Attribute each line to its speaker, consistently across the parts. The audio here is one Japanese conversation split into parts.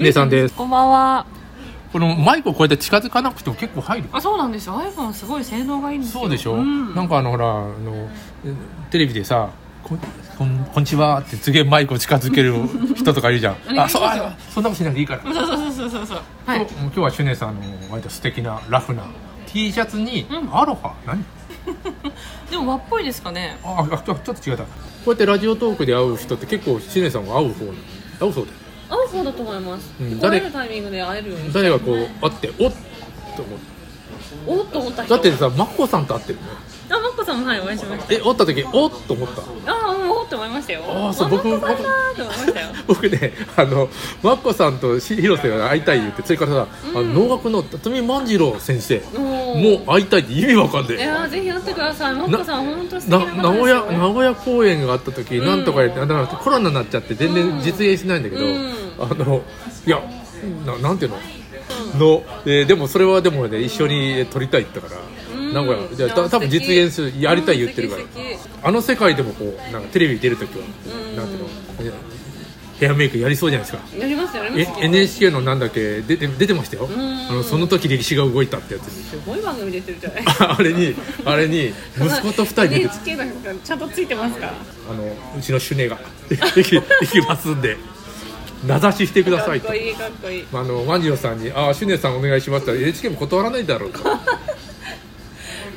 Speaker 1: 姉さんです。
Speaker 2: こんばんは。
Speaker 1: このマイクをこうやって近づかなくても結構入る。
Speaker 2: あ、そうなんですよ。iPhone すごい性能がいいんですよ。
Speaker 1: そうでしょ、
Speaker 2: ん、。
Speaker 1: なんかあのほら、あの、テレビでさ、ここんこんにちはってすげえマイクを近づける人とかいるじゃん
Speaker 2: ね
Speaker 1: あ、そう、あそんなことしなくていいから。
Speaker 2: そうそうそうそうそう。は
Speaker 1: 今
Speaker 2: い
Speaker 1: 日。今日はシュネさんの割と素敵なラフな T シャツに
Speaker 2: うん
Speaker 1: アロハ、何
Speaker 2: でも和っぽいですかね。
Speaker 1: ああちょちょっと違ったこうやってラジオトークで会う人って結構シュネさんが会う方会うそうだよ
Speaker 2: 合う方だと思います。
Speaker 1: うん
Speaker 2: 会
Speaker 1: 誰
Speaker 2: えるタイミングで会えるように。
Speaker 1: 誰がこう会っておっと思っ
Speaker 2: おっと思った
Speaker 1: て
Speaker 2: 人。
Speaker 1: だってさマッコさんと会ってるね
Speaker 2: あ、マッコさんもはいお会いしまし
Speaker 1: え会った時おっと思った
Speaker 2: た。あ、うんおっと思いましたよ。
Speaker 1: あそう僕
Speaker 2: マッコさんだーと思いましたよ。
Speaker 1: 僕ねあのマッコさんとし広瀬が会いたい言ってそれからさ、あ
Speaker 2: うん
Speaker 1: の能楽の辰巳万次郎先生
Speaker 2: も
Speaker 1: もう会いたいって意味わかんね
Speaker 2: い
Speaker 1: え
Speaker 2: やーぜひ会ってください。マッコさん本当素敵
Speaker 1: な
Speaker 2: な方ですよ。
Speaker 1: 名古屋名古屋公演があった時、
Speaker 2: ん
Speaker 1: なんとかやってあだからコロナになっちゃって全
Speaker 2: う
Speaker 1: 然
Speaker 2: ん
Speaker 1: 実現しないんだけど、
Speaker 2: うん
Speaker 1: あのいやななんていうの、の、えーでもそれはでもね一緒に撮りたいって言ったから、
Speaker 2: うん
Speaker 1: 名古屋じゃあ
Speaker 2: いや
Speaker 1: た多分
Speaker 2: 素
Speaker 1: 実
Speaker 2: 敵
Speaker 1: 現するやりたい言ってるから、
Speaker 2: うん素敵素
Speaker 1: あの世界でもこうなんかテレビに出る時は、
Speaker 2: うん
Speaker 1: なんていうのえヘアメイクやりそうじゃないですか
Speaker 2: 敵やりますよやり
Speaker 1: え
Speaker 2: ますよ。
Speaker 1: NHK のなんだっけ出て出てましたよ、
Speaker 2: ん
Speaker 1: あのその時歴史が動いたってやつ に
Speaker 2: すごい番組出てるじゃない。
Speaker 1: あれにあれに息子と二人で出て
Speaker 2: NHK なんかちゃんとついてますか
Speaker 1: あ
Speaker 2: ら。
Speaker 1: のうちのシュネが 行き行きますんで名指ししてください
Speaker 2: か
Speaker 1: と
Speaker 2: っこいいかっこいい
Speaker 1: あの万次郎さんに「ああシュネさんお願いします」って言ったら NHK も断らないだろうと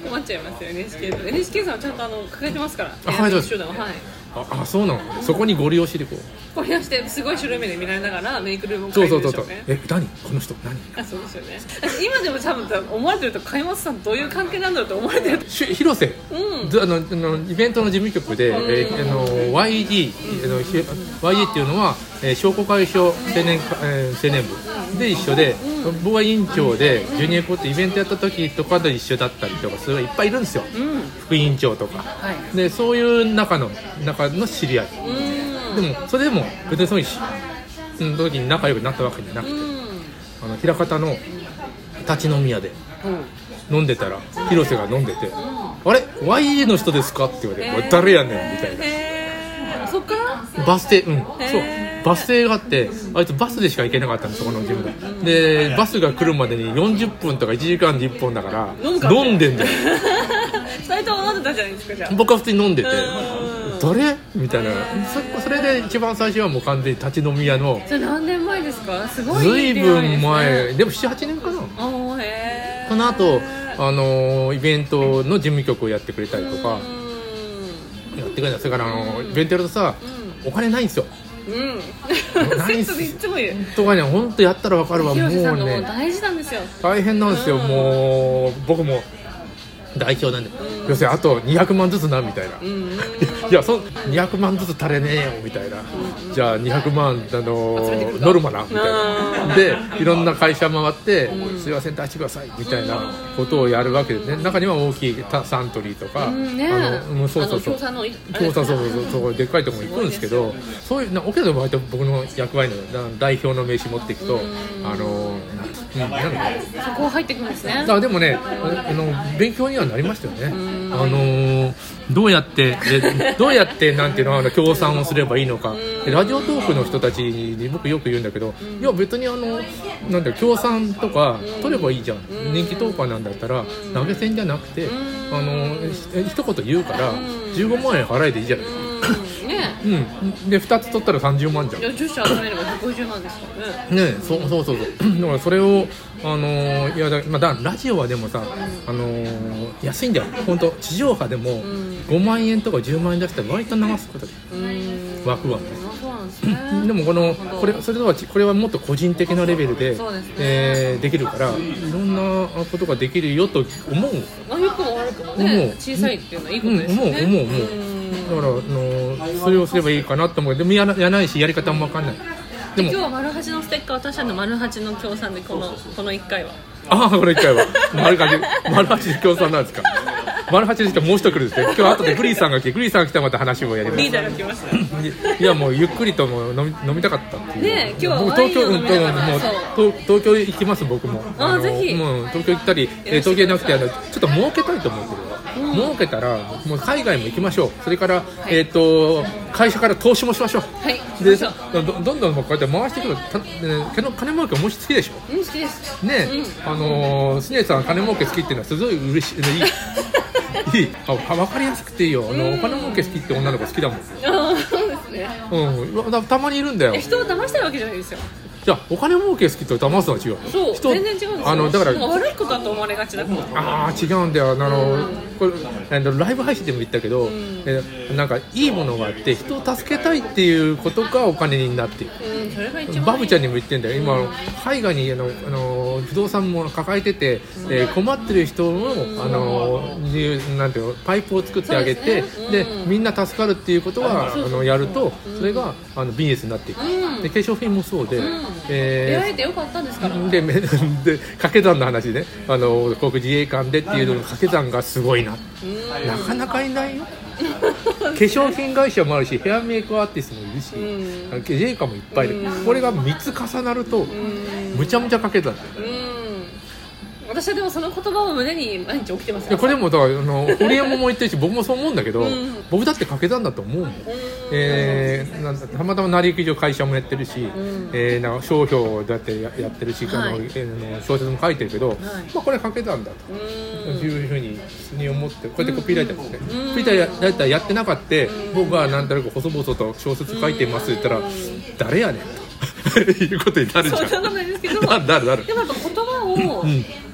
Speaker 2: 困っちゃいますよ NHK と NHK さんはちゃんとあの抱えてますから
Speaker 1: あ抱えてます
Speaker 2: 手段をはい
Speaker 1: ああそうなのそこにご利用しでこう
Speaker 2: これをしてすごい白い目で見られながらメイクルームを
Speaker 1: そ
Speaker 2: 変
Speaker 1: う
Speaker 2: え
Speaker 1: そ
Speaker 2: る
Speaker 1: うそうそ
Speaker 2: でしょ
Speaker 1: う
Speaker 2: うね
Speaker 1: え何この人何
Speaker 2: あそうですよね私今でも多分思われてると開松さんどういう関係なんだろうと思われてると
Speaker 1: し広瀬、
Speaker 2: うん
Speaker 1: ずあのあのイベントの事務局で、えーあの YD、あのひ YD っていうのは、えー商工会議所青年,、えー青年部で一緒で、僕は委員長でジュニアコってイベントやった時とかと一緒だったりとかそれがいっぱいいるんですよ、
Speaker 2: うん
Speaker 1: 副委員長とか
Speaker 2: はい
Speaker 1: でそういう中の中の知り合いで
Speaker 2: う
Speaker 1: もそれでも別にそういうしその時に仲良くなったわけじゃなくて
Speaker 2: ーんうん
Speaker 1: あの平方の立ち飲み屋で
Speaker 2: うん
Speaker 1: 飲んでたら広瀬が飲んでて「あれ YA の人ですか?」って言われて「これ誰やねん」みたいな
Speaker 2: へーそっから
Speaker 1: バス停うんそう
Speaker 2: へー
Speaker 1: バス停があってあいつバスでしか行けなかったのそこのジムがでバスが来るまでに40分とか1時間に1本だから
Speaker 2: 飲むか
Speaker 1: 飲んで んだよ
Speaker 2: 2人とも飲んでたじゃないですかじゃあ
Speaker 1: 僕は普通に飲んでて
Speaker 2: うん
Speaker 1: 誰みたいなそそれで一番最初はもう完全に立ち飲み屋の
Speaker 2: それ何年前ですかすごい
Speaker 1: ずい
Speaker 2: 出
Speaker 1: ぶ
Speaker 2: 会ですね
Speaker 1: ん前でも78年かな
Speaker 2: あーへー
Speaker 1: その後あのイベントの事務局をやってくれたりとか
Speaker 2: う
Speaker 1: やってくれたそれからあのイベントやるとさお金ないんですよ
Speaker 2: んうんうんセ
Speaker 1: 何
Speaker 2: ットでいつも言う
Speaker 1: とかね本当やったら分かるわもう
Speaker 2: 広瀬さんがも
Speaker 1: ね
Speaker 2: う大事なんですよ
Speaker 1: 大変なんですよ
Speaker 2: うん
Speaker 1: もう僕も代表なんで要するにあと200万ずつなみたいな
Speaker 2: うんうんうん
Speaker 1: いやそん200万ずつ足れねえよみたいなじゃあ200万あ
Speaker 2: 集めて
Speaker 1: の
Speaker 2: くる
Speaker 1: ノルマなみたい
Speaker 2: うん
Speaker 1: なでいろんな会社回って
Speaker 2: うん
Speaker 1: すいません出してくださいみたいなことをやるわけですね中には大きいたサントリーとかあ
Speaker 2: うんね
Speaker 1: のうんそうそうそう
Speaker 2: あの共産のい
Speaker 1: そうそうそうそうそうでっかいところに行くんですけどそういうなオケの場合と僕の役割のな代表の名刺持っていくと
Speaker 2: うん
Speaker 1: あのななんだろう
Speaker 2: そこ入ってくるんですね
Speaker 1: あでもねああの勉強にはなりましたよね
Speaker 2: ん
Speaker 1: あのーどうやってでどうやってなんていうのあの協賛をすればいいのかでラジオトークの人たちに僕よく言うんだけどいや別にあのなんだ協賛とか取ればいいじゃん人気トーカーなんだったら投げ銭じゃなくてあのひ一言言うから15万円払えでいいじゃない
Speaker 2: うんね
Speaker 1: うんで2つ取ったら30万じゃん
Speaker 2: いや10社集めれば150万ですからね
Speaker 1: ねえそうそうそうそうだからそれをあのーいやだ,、まあ、だラジオはでもさ、あのー安いんだよ本当地上波でも
Speaker 2: ん
Speaker 1: 5万円とか10万円出したら割と流すことで
Speaker 2: うん
Speaker 1: 枠はね
Speaker 2: そうなんですね
Speaker 1: でもこの
Speaker 2: なるほど
Speaker 1: これそれとはちこれはもっと個人的なレベルで
Speaker 2: そうですね
Speaker 1: えーできるからいろんなことができるよと思う
Speaker 2: まあ良くも悪くも
Speaker 1: 思う
Speaker 2: ね小さいっていうのはいいことですよね
Speaker 1: うん思う思う思うだから、あのーそれをすればいいかなと思うけどでもやらやらないしやり方も分かんないで
Speaker 2: 今日
Speaker 1: も
Speaker 2: は丸八のステッカー私たちの丸八の協賛でこのこの1回は
Speaker 1: ああこれ一回は丸八丸八で協賛なんですか丸八でしかもう一来るんですね今日後でグリーさんが来てグリーさんが来たらまた話をやります
Speaker 2: リーダーが来ました
Speaker 1: いやもうゆっくりともう飲み飲みたかったっていう
Speaker 2: ねえ今日は
Speaker 1: 僕
Speaker 2: ワイ
Speaker 1: 東
Speaker 2: ンを
Speaker 1: 京
Speaker 2: 飲みながら
Speaker 1: うん
Speaker 2: そ
Speaker 1: もう東東京行きます僕も
Speaker 2: あ
Speaker 1: の
Speaker 2: ぜひ
Speaker 1: もう東京行ったりえー東京じゃなくてあのちょっと儲けたいと思うけど、
Speaker 2: うん
Speaker 1: 儲けたらもう海外も行きましょうそれから、えっと会社から投資もしましょう
Speaker 2: はい
Speaker 1: で
Speaker 2: そう
Speaker 1: どどんどんこうやって回していくのた、ね、金金儲けおもし好きでしょ
Speaker 2: うん好きです
Speaker 1: ね、
Speaker 2: う
Speaker 1: あのー、すねさん金儲け好きっていうのはすごい嬉し いいいいいああ分かりやすくていいよあのお金儲け好きって女の子好きだもん
Speaker 2: あーそうですね
Speaker 1: うんたたまにいるんだよ
Speaker 2: え人を騙したいわけじゃないですよ
Speaker 1: じゃあお金儲け好きと騙すのは違う
Speaker 2: そう
Speaker 1: 人
Speaker 2: 全然違うんですよ
Speaker 1: あのだから
Speaker 2: もう悪いことだと思われがちだから
Speaker 1: ああ違うんだよあの、これあのライブ配信でも言ったけど、えなんかいいものがあって人を助けたいっていうことがお金になっている
Speaker 2: うんそれが一番
Speaker 1: バブちゃんにも言ってんだよ今あの海外にあのあの不動産も抱えてて、えー困ってる人のあのになんていうのパイプを作ってあげて
Speaker 2: そう
Speaker 1: で,、
Speaker 2: ですねうん
Speaker 1: みんな助かるっていうことはあのやるとそれがあのビジネスになっていく、
Speaker 2: うん
Speaker 1: で化粧品もそうで、
Speaker 2: ん出
Speaker 1: えー
Speaker 2: 会えてよかったんですから
Speaker 1: でめで掛け算の話ねあの航空自衛官でっていうのの掛け算がすごいななかなかいないよ化粧品会社もあるしヘアメイクアーティストもいるし
Speaker 2: う
Speaker 1: 自衛官もいっぱいいるこれが3つ重なるとむちゃむちゃ掛け算だよ
Speaker 2: うん私はでもその言葉を胸に毎日起きてま
Speaker 1: い
Speaker 2: す
Speaker 1: や
Speaker 2: よ
Speaker 1: これもだからあの堀江も言ってるし僕もそう思うんだけど
Speaker 2: ん
Speaker 1: 僕だって掛け算だと思うもんえーなんだたまたま成り行き上会社もやってるし、えーなんか商標だってややってるし、あの
Speaker 2: は
Speaker 1: え
Speaker 2: い
Speaker 1: ーあの小説も書いてるけど、まあ、これ掛け算だと。
Speaker 2: う
Speaker 1: と
Speaker 2: ん
Speaker 1: いうふうに普通に思ってこうやってコピーライターですねコピーライターやってなかった僕は何となく細々と小説書いてますって言ったら誰やねん ということになるじ
Speaker 2: そ
Speaker 1: ゃ
Speaker 2: んなこと
Speaker 1: ん
Speaker 2: ないですけど
Speaker 1: なるなるなる
Speaker 2: でもやっぱ言葉
Speaker 1: ん
Speaker 2: を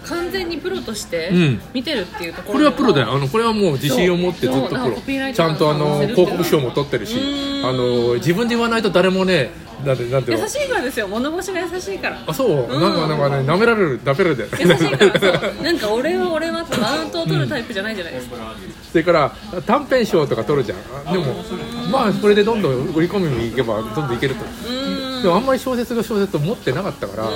Speaker 2: 完全にプロとして
Speaker 1: うん
Speaker 2: 見てるっていうとこ
Speaker 1: こ
Speaker 2: ろ
Speaker 1: れ
Speaker 2: で
Speaker 1: は
Speaker 2: も
Speaker 1: プロだよあのこれはもう自信を持ってずっとプ
Speaker 2: そうそうコピーラ
Speaker 1: ロ
Speaker 2: イ
Speaker 1: ち
Speaker 2: ター
Speaker 1: ゃんとあ
Speaker 2: の
Speaker 1: の
Speaker 2: セルフ
Speaker 1: 広告賞も取ってるし
Speaker 2: うん
Speaker 1: あの自分で言わないと誰もねなんてなんていうの
Speaker 2: 優しいからですよ物腰が優しいから
Speaker 1: あそうなんかなんかね舐められる舐められる
Speaker 2: 優しいからそうなんか俺は俺はってマウントを取るタイプじゃないじゃないですか、
Speaker 1: それから短編賞とか取るじゃんでもまあこれでどんどん売り込みに行けばどんどんいけるとでもあんまり小説が小説を持ってなかったから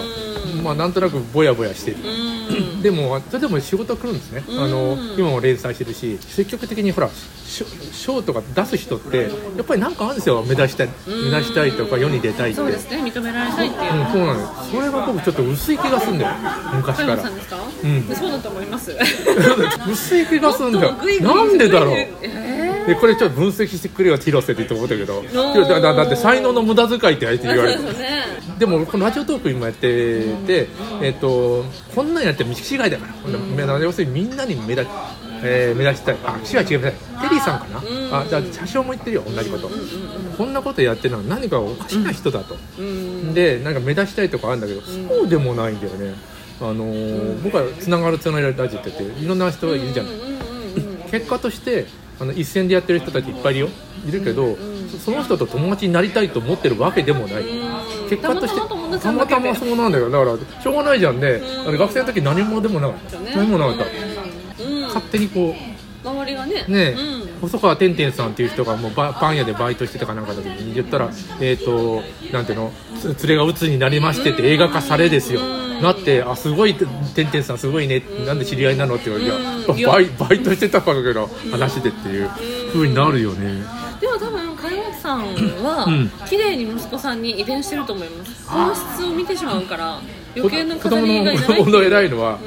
Speaker 1: まあなんとなくぼやぼやしてる でもそれでも仕事は来るんですねあの今も連載してるし積極的にほらしょ賞とか出す人ってやっぱりなんかあるんですよ目指したい目指したいとか世に出たいって
Speaker 2: そううんですね認められたいっていう
Speaker 1: そうなのよそれが僕ちょっと薄い気がするんだよ昔か
Speaker 2: 小山
Speaker 1: ら
Speaker 2: さんですか、
Speaker 1: ん
Speaker 2: そうだと思います
Speaker 1: 薄い気がするんだよ
Speaker 2: もっとグイグイ
Speaker 1: なんでだろう
Speaker 2: え
Speaker 1: でこれちょっと分析してくれよ広瀬って言って思ったけど広瀬だだだって才能の無駄遣いって相手に言
Speaker 2: ーそ
Speaker 1: わ
Speaker 2: う
Speaker 1: れ
Speaker 2: で
Speaker 1: る
Speaker 2: すよね
Speaker 1: でもこのラジオトーク今やってて、えっとこんなんやって道違いだから、こんな目立要するにみんなに目立,、えー目立ちたいあ違う違う違うテリーさんかな、あだって車掌も言ってるよ同じこと、こんなことやってるのは何かおかしな人だと、でなんか目立ちたいとかあるんだけど、そうでもないんだよねあのー僕はつながるつながるラジオって言っていろんな人がいるじゃない、結果としてあの一線でやってる人たちいっぱいいるよいるけど、そその人と友達になりたいと思ってるわけでもない、結果として
Speaker 2: たまたま友達
Speaker 1: た
Speaker 2: な
Speaker 1: ま
Speaker 2: だけで
Speaker 1: たまそうなんだよだからしょうがないじゃんね、あの学生の時何もでもなかった、
Speaker 2: ね
Speaker 1: 何もなかった、
Speaker 2: うん
Speaker 1: 勝手にこう
Speaker 2: 周りがね
Speaker 1: ね
Speaker 2: うん
Speaker 1: 細川てんてんさんっていう人がもうバパン屋でバイトしてたかなんかの時に言ったら、えー、となんていうのつ連れが鬱になりましてって映画化されですよなってあすごいててんてんさんすごいねなんで知り合いなのって言われていやバイバイトしてたばっかの話でっていう風になるよね
Speaker 2: でも多分金本さん
Speaker 1: ん
Speaker 2: は綺麗に息子さんに遺伝してると思います本質を見てしまうから余計な
Speaker 1: 子供
Speaker 2: 飾りがいらない
Speaker 1: のの偉いのは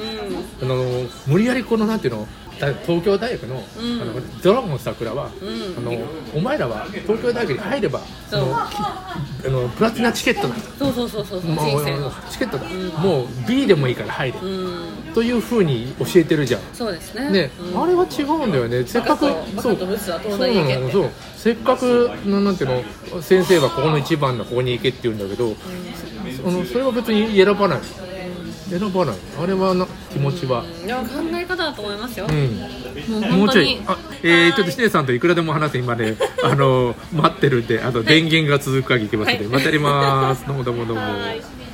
Speaker 2: うん
Speaker 1: あの無理やりこのなんていうのだ東京大学の,、
Speaker 2: ん
Speaker 1: あのドラゴン桜は、
Speaker 2: ん
Speaker 1: あのお前らは東京大学に入ればあ
Speaker 2: そう
Speaker 1: のきあのプラチナチケットだ
Speaker 2: そうそうそうそうそう
Speaker 1: もう
Speaker 2: 人生の
Speaker 1: チケットだ、もう B でもいいから入れ、
Speaker 2: うん
Speaker 1: というふうに教えてるじゃん
Speaker 2: そうですね
Speaker 1: ね、
Speaker 2: うん
Speaker 1: あれは違うんだよねせっかく
Speaker 2: バカとブスは東大に行けって
Speaker 1: そうせっかくななんていうの先生がここの一番のここに行けって言うんだけど、そのそれは別に選ばない選ばないあれはな気持ちは
Speaker 2: でも考え方だと思いますよ
Speaker 1: うん、
Speaker 2: もう
Speaker 1: も
Speaker 2: 本
Speaker 1: うち
Speaker 2: 当
Speaker 1: ょい
Speaker 2: に
Speaker 1: あ、えー、ちょっとしねさんといくらでも話す今ねあの待ってるんであの電源が続く限り行きますんで、
Speaker 2: はい
Speaker 1: またやりますどうもどうもどうも。
Speaker 2: はい